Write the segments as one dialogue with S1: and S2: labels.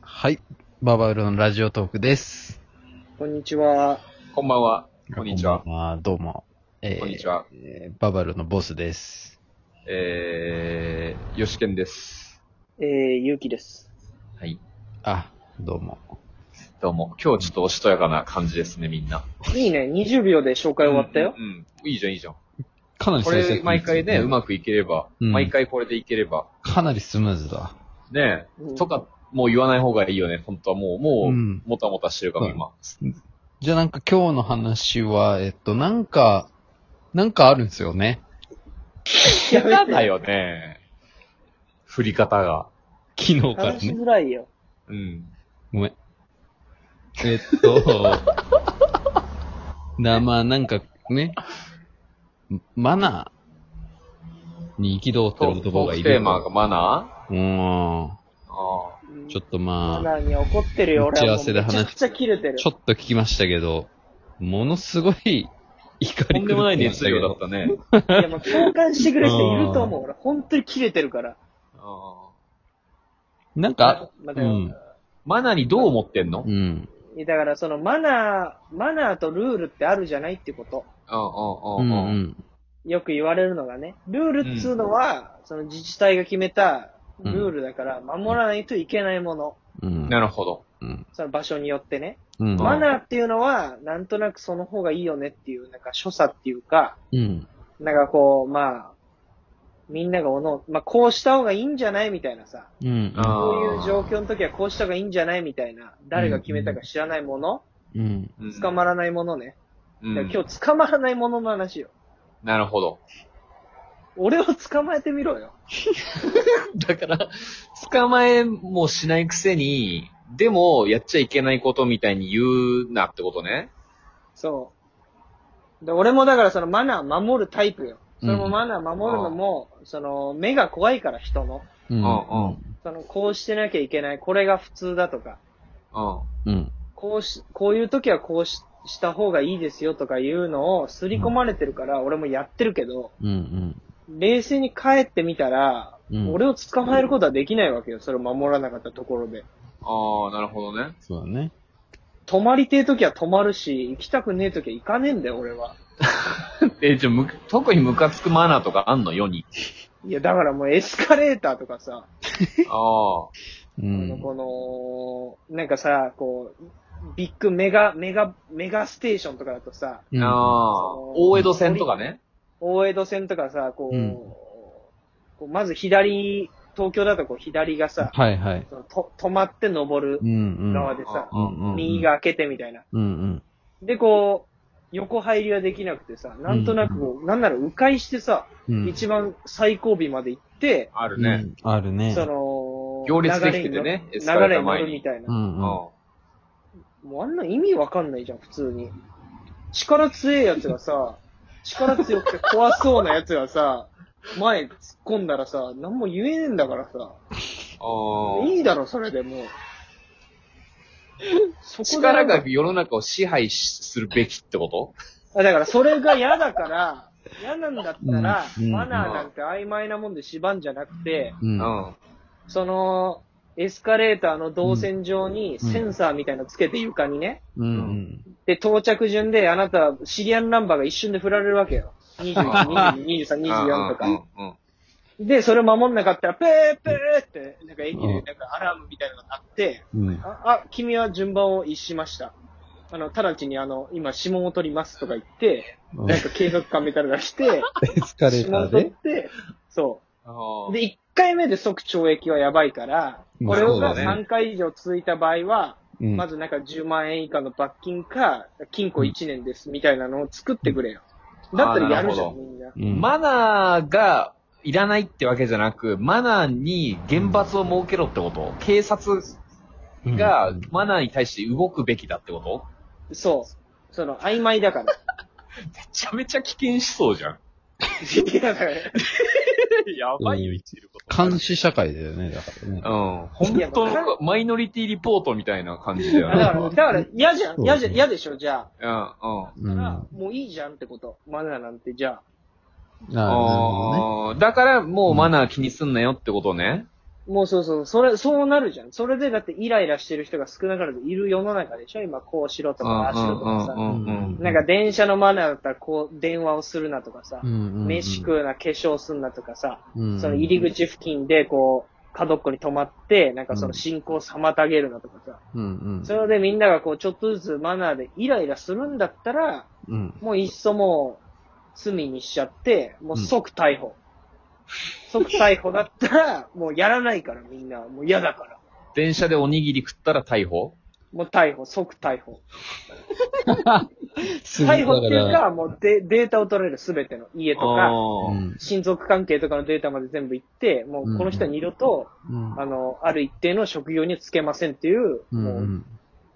S1: はい。ババウロのラジオトークです。
S2: こんにちは。
S3: こんばんは。こんにちは。
S1: まあ、どうも。えー
S3: こんにちは。
S1: えーババウロのボスです。
S3: えー、よしけんです。
S2: えー、ゆうきです。
S3: はい。
S1: あ、どうも。
S3: どうも。今日ちょっとおしとやかな感じですね、みんな。
S2: いいね、20秒で紹介終わったよ
S3: う。ん。うんいいじゃん、いいじゃん。
S1: かなり
S3: これ、毎回ね、うまくいければ、
S1: うん
S3: 毎回これでいければ、
S1: かなりスムーズだ。
S3: ね
S2: うん
S3: え、とか、もう言わない方がいいよね、本当はもう、もう、
S1: うん
S3: もたもたしてるから、
S1: うん
S3: 今。
S1: じゃあなんか今日の話は、えっと、なんか、なんかあるんですよね。
S2: や
S3: 嫌だ。よね。振り方が。
S1: 昨日から
S2: 話し
S1: ね。
S2: づらいよ。
S3: うん。
S1: ごめん。えっと、な、まあなんかね、マナーに憤って
S3: ト
S1: る
S3: ーク
S1: 男がいる。
S3: テーマがマナーあ
S1: うーん。
S3: あ。
S1: ちょっ
S2: と。
S1: とまあ
S2: マ。ナーに怒ってるよ、
S1: 打ち
S2: 俺
S1: 合わ
S2: は。
S1: せで話
S2: めちゃくちゃ切れてる。
S1: ちょっと聞きましたけど、ものすごい怒
S3: と
S1: り
S3: んでもない
S1: 狂ってまし
S3: 熱
S1: たけ
S3: 量
S1: ど
S3: だったね。
S2: いや、もう共感してくれる人いると思う。俺、本当に切れてるから。
S3: ああ
S1: なんか、
S2: まあ
S1: う
S2: だから
S1: ん。
S3: マナーにどう思ってんの
S1: う
S3: うん
S1: ん。
S2: だから、その、マナー、マナーとルールってあるじゃないってこと。
S1: う
S3: うんんう
S1: うん
S3: うん。
S1: ん。
S2: よく言われるのがね。ルールっつうのは、その自治体が決めたルールだから、守らないといけないもの。
S1: うん。
S3: なるほど。
S1: うん。
S2: その場所によってね。
S1: うん。
S2: マナーっていうのは、なんとなくその方がいいよねっていう、なんか所作っていうか、
S1: うん。
S2: なんかこう、まあ、みんながおの、まあこうした方がいいんじゃないみたいなさ、
S1: うん。
S3: あー
S2: こういう状況の時はこうした方がいいんじゃないみたいな、誰が決めたか知らないもの、
S1: うん。
S2: 捕まらないものね。
S3: う
S2: だ
S3: ん
S2: から今日捕まらないものの話よ。
S3: なるほど。
S2: 俺を捕まえてみろよ。
S3: だから、捕まえもしないくせに、でも、やっちゃいけないことみたいに言うなってことね。
S2: そう。で俺もだからそのマナー守るタイプよ。それ
S1: う
S2: も
S1: ん
S2: マナー守るのも、その目が怖いから人の。
S1: う。
S3: うんうん。
S2: そのこうしてなきゃいけない、これが普通だとか。
S3: うん。
S1: うん。
S2: こうし、こういう時はこうしした方がいいですよとかいうのを刷り込まれてるから、俺もやってるけど、
S1: うん。
S2: 冷静に帰ってみたら、
S1: うん。
S2: 俺を捕まえることはできないわけよ。それを守らなかったところで。
S3: ああ、なるほどね。
S1: そうだね。
S2: 泊まりてえ時は泊まるし、行きたくねえ時は行かねえんだよ、俺は。
S3: え、じゃあ、む特にムカつくマナーとかあんの世に。
S2: いや、だからもうエスカレーターとかさ、
S3: ああ。
S1: う
S2: あのこの、なんかさ、こう、ビッグメガ、メガ、メガステーションとかだとさ、
S1: うん。
S3: ああ。大江戸線とかね。
S2: 大江戸線とかさ、こう、
S1: うん
S2: こうまず左、東京だとこう左がさ、
S1: はいはい。
S2: そのと止まって登る
S1: うんうん。
S2: 側でさ、
S3: うんうん
S1: うん
S2: 右が開けてみたいな。
S1: うん
S2: で、こう、横入りはできなくてさ、なんとなくこう、なんなら迂回してさ、
S1: うん。うん。
S2: 一番最後尾まで行って、
S3: ある
S1: う
S3: ね。
S1: ん。あるね。
S2: その、
S3: 行列できててね
S2: 流れに
S3: エスカレ
S2: 乗
S3: ー
S2: る
S3: ター前に
S2: 流れに乗るみたいうな。
S1: んう
S3: う
S1: ん。
S3: ん。
S2: もうあんな意味わかんないじゃん、普通に。力強いやつがさ、力強くて怖そうなやつがさ、前突っ込んだらさ、何も言えねえんだからさ、
S3: ああ。
S2: いいだろ、それで もう。そこで
S3: 力が世の中を支配しするべきってこと
S2: あだから、それが嫌だから、嫌なんだったら、
S1: うんうん
S2: マナーなんて曖昧なもんで縛んじゃなくて、
S1: う。
S3: うんん。
S2: その、エスカレーターの動線上にセンサーみたいなのつけて床にね、
S1: うん。
S2: で、到着順であなた、シリアンナンバーが一瞬で振られるわけよ。21、22、23、24とか。
S3: うんうん。
S2: で、それを守んなかったら、ペーペーって、なんか駅でなんかアラームみたいなのがあって、
S1: うん。
S2: あ、あ、君は順番を逸しました。あの、直ちにあの、今指紋を取りますとか言って、なんか警察官みたいなのが来て、
S1: エスカレ
S2: 指
S1: ータ
S2: 紋
S1: ー
S2: を取っ
S1: で
S2: て、そ
S3: あ
S2: う。
S3: あ
S2: で、1回目で即懲役はやばいから、
S1: ま
S2: こ
S1: あ
S2: れ
S3: そう
S2: が
S3: だね
S2: 3回以上続いた場合は、
S1: うん。
S2: まずなんか10万円以下の罰金か、禁錮1年ですみたいなのを作ってくれよ。だったらやるじゃ
S3: あ
S2: ん、
S3: ーなるほ
S2: みんな。
S1: うん。
S3: マナーがいらないってわけじゃなく、マナーに厳罰を設けろってこと警察がマナーに対して動くべきだってこと
S2: そう。その、曖昧だ から。
S3: めちゃめちゃ危険しそうじゃん。
S2: いやだから
S3: やばいよ、言ってること。
S1: 監視社会だよね、だからね。
S3: うん。本当のマイノリティリポートみたいな感じだよ
S2: だから、
S3: ね
S2: だ。から嫌じゃ
S1: そ
S2: ん、
S1: う
S2: 嫌じゃ、嫌でしょ、じゃ
S3: うん、うん。
S1: う
S2: あ。
S1: ん。あ
S2: だからもういいじゃんってこと。マナーなんて、じゃあ。
S1: あ、なるほどね。
S3: あーだから、もうマナー気にすんなよってことね。
S2: もうそうそう、それ、そうなるじゃん。それでだってイライラしてる人が少なからずいる世の中でしょ今こうしろとか、ああしろとか
S3: う
S2: さ。
S3: んうんうん
S2: なんか電車のマナーだったらこう電話をするなとかさ
S1: う。んうんうん
S2: 飯食うな、化粧すんなとかさ。
S1: うん
S2: その入り口付近でこう、角っこに止まって、なんかその進行を妨げるなとかさ。
S1: うんうん。
S2: それでみんながこう、ちょっとずつマナーでイライラするんだったら、
S1: うん。
S2: もういっそもう、罪にしちゃって、もう即逮捕。即逮捕だったら、 もうやらないからみんな。もう嫌だから。
S3: 電車でおにぎり食ったら逮捕
S2: もう逮捕、即逮捕。
S1: すぐ
S2: 逮捕っていう
S1: だら
S2: か、もうデデータを取れるすべての家とか、
S3: あ
S1: うん。
S3: ー
S2: 親族関係とかのデータまで全部いって、もうこの人は二度と、
S1: うん
S2: あの、ある一定の職業にはつけませんっていう、
S1: う。
S2: もうん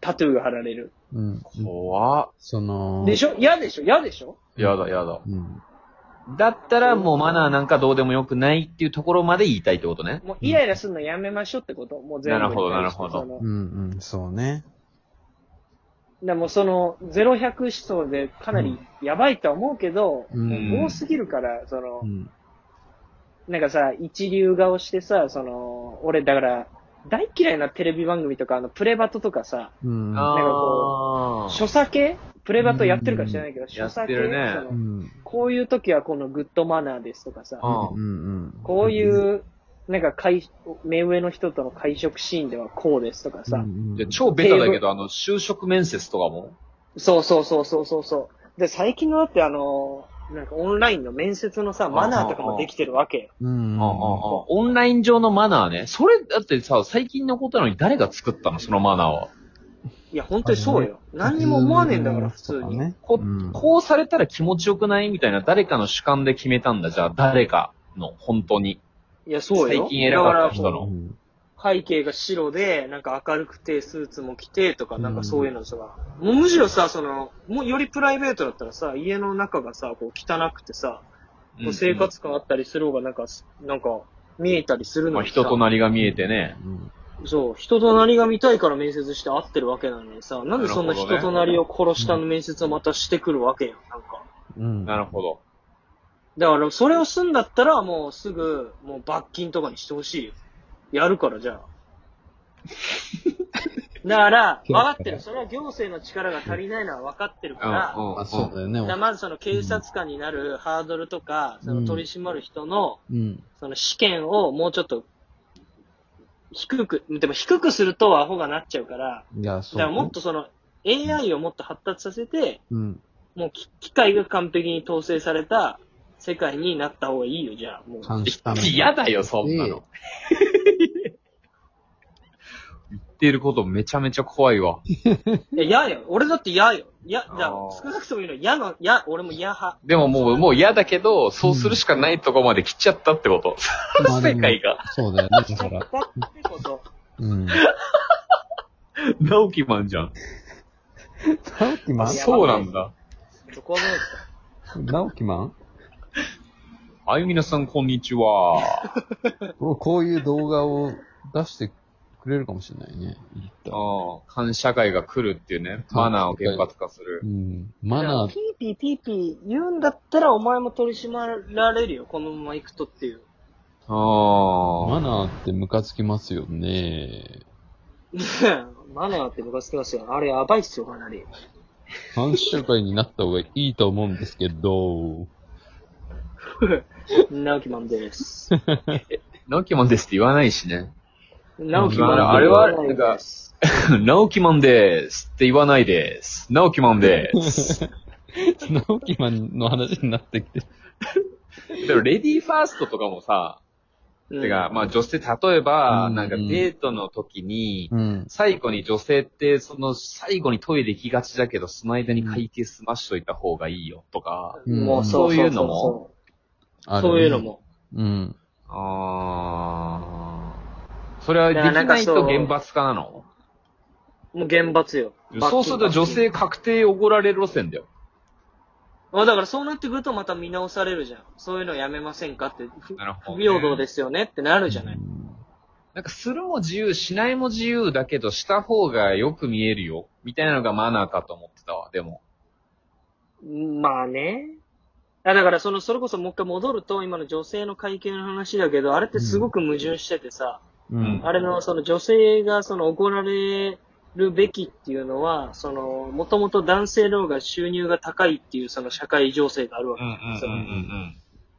S2: タトゥーが貼られる。
S1: うん。
S3: 怖っ。
S1: その、
S2: でしょ嫌でしょ嫌でしょ
S3: やだやだ。
S1: うん。
S3: だったらもうマナーなんかどうでもよくないっていうところまで言いたいってことね。
S2: もうイライラするのやめましょうってこと。もう全部に対して。
S3: なるほどなるほど
S2: その
S1: うんうん、そうね。
S2: でもその、0100思想でかなりやばいとは思うけど、
S1: うん
S2: 多すぎるから、その
S1: う、ん。
S2: なんかさ、一流顔してさ、その、俺だから、大嫌いなテレビ番組とか、あの、プレバトとかさ、
S1: うん。
S2: なんか
S3: あー
S2: 所作系プレバトやってるか知らないけど、所作系
S3: やってるね
S2: そうの
S1: ん。
S2: こういう時はこのグッドマナーですとかさ、
S3: あ
S1: うんうん。
S2: こういう、なんか会、目上の人との会食シーンではこうですとかさ、
S1: うん、
S3: で超ベタだけど、あの、就職面接とかも
S2: そうそうそうそうそうそう。で、最近のだってあの、なんかオンラインの面接のさ、マナーとかもできてるわけよ。
S1: うん。
S3: オンライン上のマナーね。それ、だってさ、最近のことなのに誰が作ったのそのマナーは。
S2: いや、本当にそうよ。何にも思わねえんだから、普通に。
S1: ね。
S3: こ
S1: うん
S3: こうされたら気持ちよくないみたいな誰かの主観で決めたんだ。じゃあ誰かの、本当に。
S2: いや、そうよ。
S3: 最近選ばれた人
S2: だ
S3: な
S2: から
S3: の
S1: うん
S2: 背景が白で、なんか明るくて、スーツも着て、とか、なんかそういうのさ、もうむしろさ、その、もうよりプライベートだったらさ、家の中がさ、こう汚くてさ、こう生活感あったりする方がなんか、なんか、見えたりする
S3: うん
S2: の
S3: まあ
S2: にさ
S3: 人となりが見えてね。
S1: うん
S2: そう、人となりが見たいから面接して会ってるわけなのにさ、なんでそんな人となりを殺したの面接をまたしてくるわけよ、なんか。
S1: うん。
S3: なるほど。
S2: だから、それをすんだったら、もうすぐ、もう罰金とかにしてほしいよ。やるから、じ ゃあ。だから、分かってる。それは行政の力が足りないのは分かってるから、
S3: うんうん
S1: あ、そうだよね。
S2: だからまずその警察官になるハードルとか、その取り締まる人の、
S1: うん。
S2: その試験をもうちょっと、低く、でも低くするとアホがなっちゃうから、
S1: いや、そ
S2: だ
S1: う。
S2: からもっとその、AI をもっと発達させて、
S1: うん。
S2: もうき機械が完璧に統制された世界になった方がいいよ、じゃあ。もう。
S1: 監視カメラ。
S3: 嫌だよ、そんなの。 言ってることめちゃめちゃ怖いわ。
S2: いや、嫌よ。俺だって嫌よ。いや、じゃあ
S3: あ、ー
S2: 少なくとも言うの嫌の、嫌、俺も嫌派。
S3: でももう、もう嫌だけど、そうするしかないとこまで来ちゃったってこと。
S1: まあで
S3: 世
S1: も
S3: 界が。
S1: そうだよね。だか
S2: だ
S1: ら。
S2: ってこと。
S1: うん。
S3: 直樹マンじゃん。
S1: 直樹マ
S2: あ
S1: ン
S3: そうなんだ。
S2: そこはどうですか
S1: 直樹マン
S3: あゆみなさん、こんにちは。
S1: こうこういう動画を出してくれるかもしれないね。言ったら
S3: ああ、反社会が来るっていうね。マナーを厳罰化する
S1: う。ん。マ
S2: だから
S1: ナー
S2: ピ、ーピーピーピー言うんだったらお前も取り締まられるよ、このまま行くとっていう。
S3: あ
S1: マ
S3: あ。
S1: ナーってムカつきますよね。
S2: マナーってムカつきますよ。あれやばいっすよ、かなり。
S1: 反社会になった方がいいと思うんですけど。
S2: 直樹マン です。
S3: 直樹マンですって言わないしね。
S2: 直樹マン
S1: あれ
S3: は
S2: です
S3: なんか直樹マンですって言わないです。直樹マン です。
S1: 直樹マンの話になってきて。
S3: でも、レディーファーストとかもさ、
S2: うん
S3: てか、まあ女性、例えば、
S1: うん
S3: なんかデートの時に、
S1: うん。
S3: 最後に女性って、その最後にトイレ行きがちだけど、その間に会計済ましといた方がいいよとか、
S1: うん
S2: もうそう
S3: そういうのも
S2: そうそうそういうの。も。
S1: うん。
S3: あーそれはできないと厳罰化なの
S2: もう厳罰よ。
S3: そうすると女
S2: 罰金。
S3: 性確定おごられる路線だよ。
S2: あだからそうなってくるとまた見直されるじゃん。そういうのやめませんかって、ふ
S3: なるほ
S2: 不
S3: どね
S2: 平等ですよねってなるじゃない。
S3: なんかするも自由、しないも自由だけど、した方がよく見えるよ。みたいなのがマナーかと思ってたわ、でも。
S2: まあね。あだからその、それこそもう一回戻ると、今の女性の会見の話だけど、あれってすごく矛盾しててさ、
S1: うん。
S2: あれの、その女性がその怒られるべきっていうのは、その、もともと男性の方が収入が高いっていうその社会情勢があるわけ。
S3: うんうん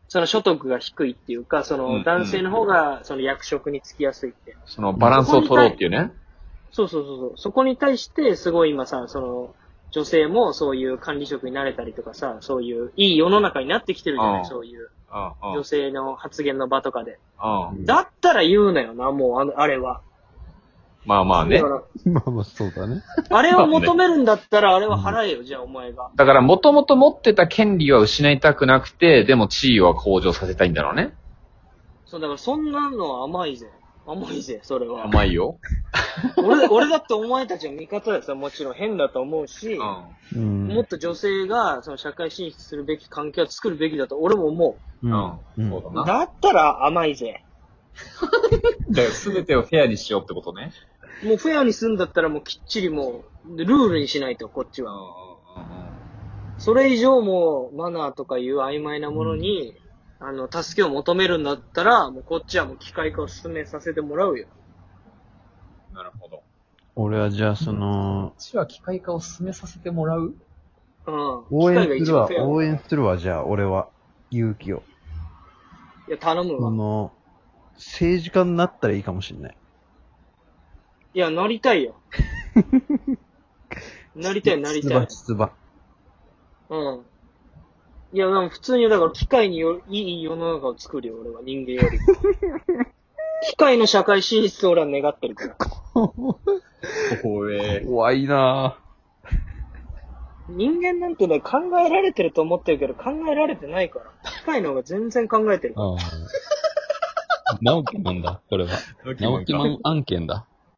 S2: その所得が低いっていうか、そ
S3: うん
S2: の男性の方がその役職に就きやすいって。
S3: そのバランスを取ろうっていうね。
S2: そうそうそうそう。そこに対して、すごい今さ、その、女性もそういう管理職になれたりとかさ、そういう、いい世の中になってきてるじゃない
S3: うん
S2: そういう、
S3: うんうん
S2: 女性の発言の場とかで。
S3: うん。
S2: だったら言うなよな、もう、あの、あれは。
S3: まあまあね
S2: だか。ら
S1: まあまあ、そうだね。
S2: あれを求めるんだったら、あれは払えよ、じゃあお前が。
S3: だから、もともと持ってた権利は失いたくなくて、でも地位は向上させたいんだろうね。
S2: そう、だからそんなのは甘いぜ。甘いぜ、それは。
S3: 甘いよ。
S2: 俺、俺だってお前たちの味方だよさ、もちろん変だと思うし、
S3: う。
S1: う
S2: もっ
S1: ん。
S2: と女性がその社会進出するべき環境を作るべきだと俺も思
S1: うんん。
S3: うん。そう
S2: う。
S3: だな。
S2: だったら甘いぜ。
S3: だから、すべてをフェアにしようってことね。
S2: もうフェアにするんだったらもうきっちりもう、ルールにしないと、こっち
S3: うんう
S2: は。
S3: んうんうん。
S2: それ以上もうマナーとかいう曖昧なものに、あの、助けを求めるんだったら、もうこっちはもう機械化を進めさせてもらうよ。
S3: なるほど。こ
S1: 俺はじゃあ、その
S3: っ、ちは機械化を進めさせてもらう
S2: うん。
S1: 応援するわ
S2: 機械が一番フェ、ア
S1: 応援するわ、じゃあ、俺は。勇気を。
S2: いや、頼む
S1: あ
S2: わ。
S1: の、政治家になったらいいかもしれない。
S2: いや、なりたいよ。なりたい、なりたい。
S1: 出馬、
S2: うん。いや、でも普通に、だから機械によいい世の中を作るよ、俺は、人間より。機械の社会進出を俺は願ってるから。
S3: 怖え。
S1: 怖いな
S2: 人間なんてね、考えられてると思ってるけど、考えられてないから。機械の方が全然考えてる
S1: ぁ。ああ。直樹マンだ、これは。直樹マン案件だ。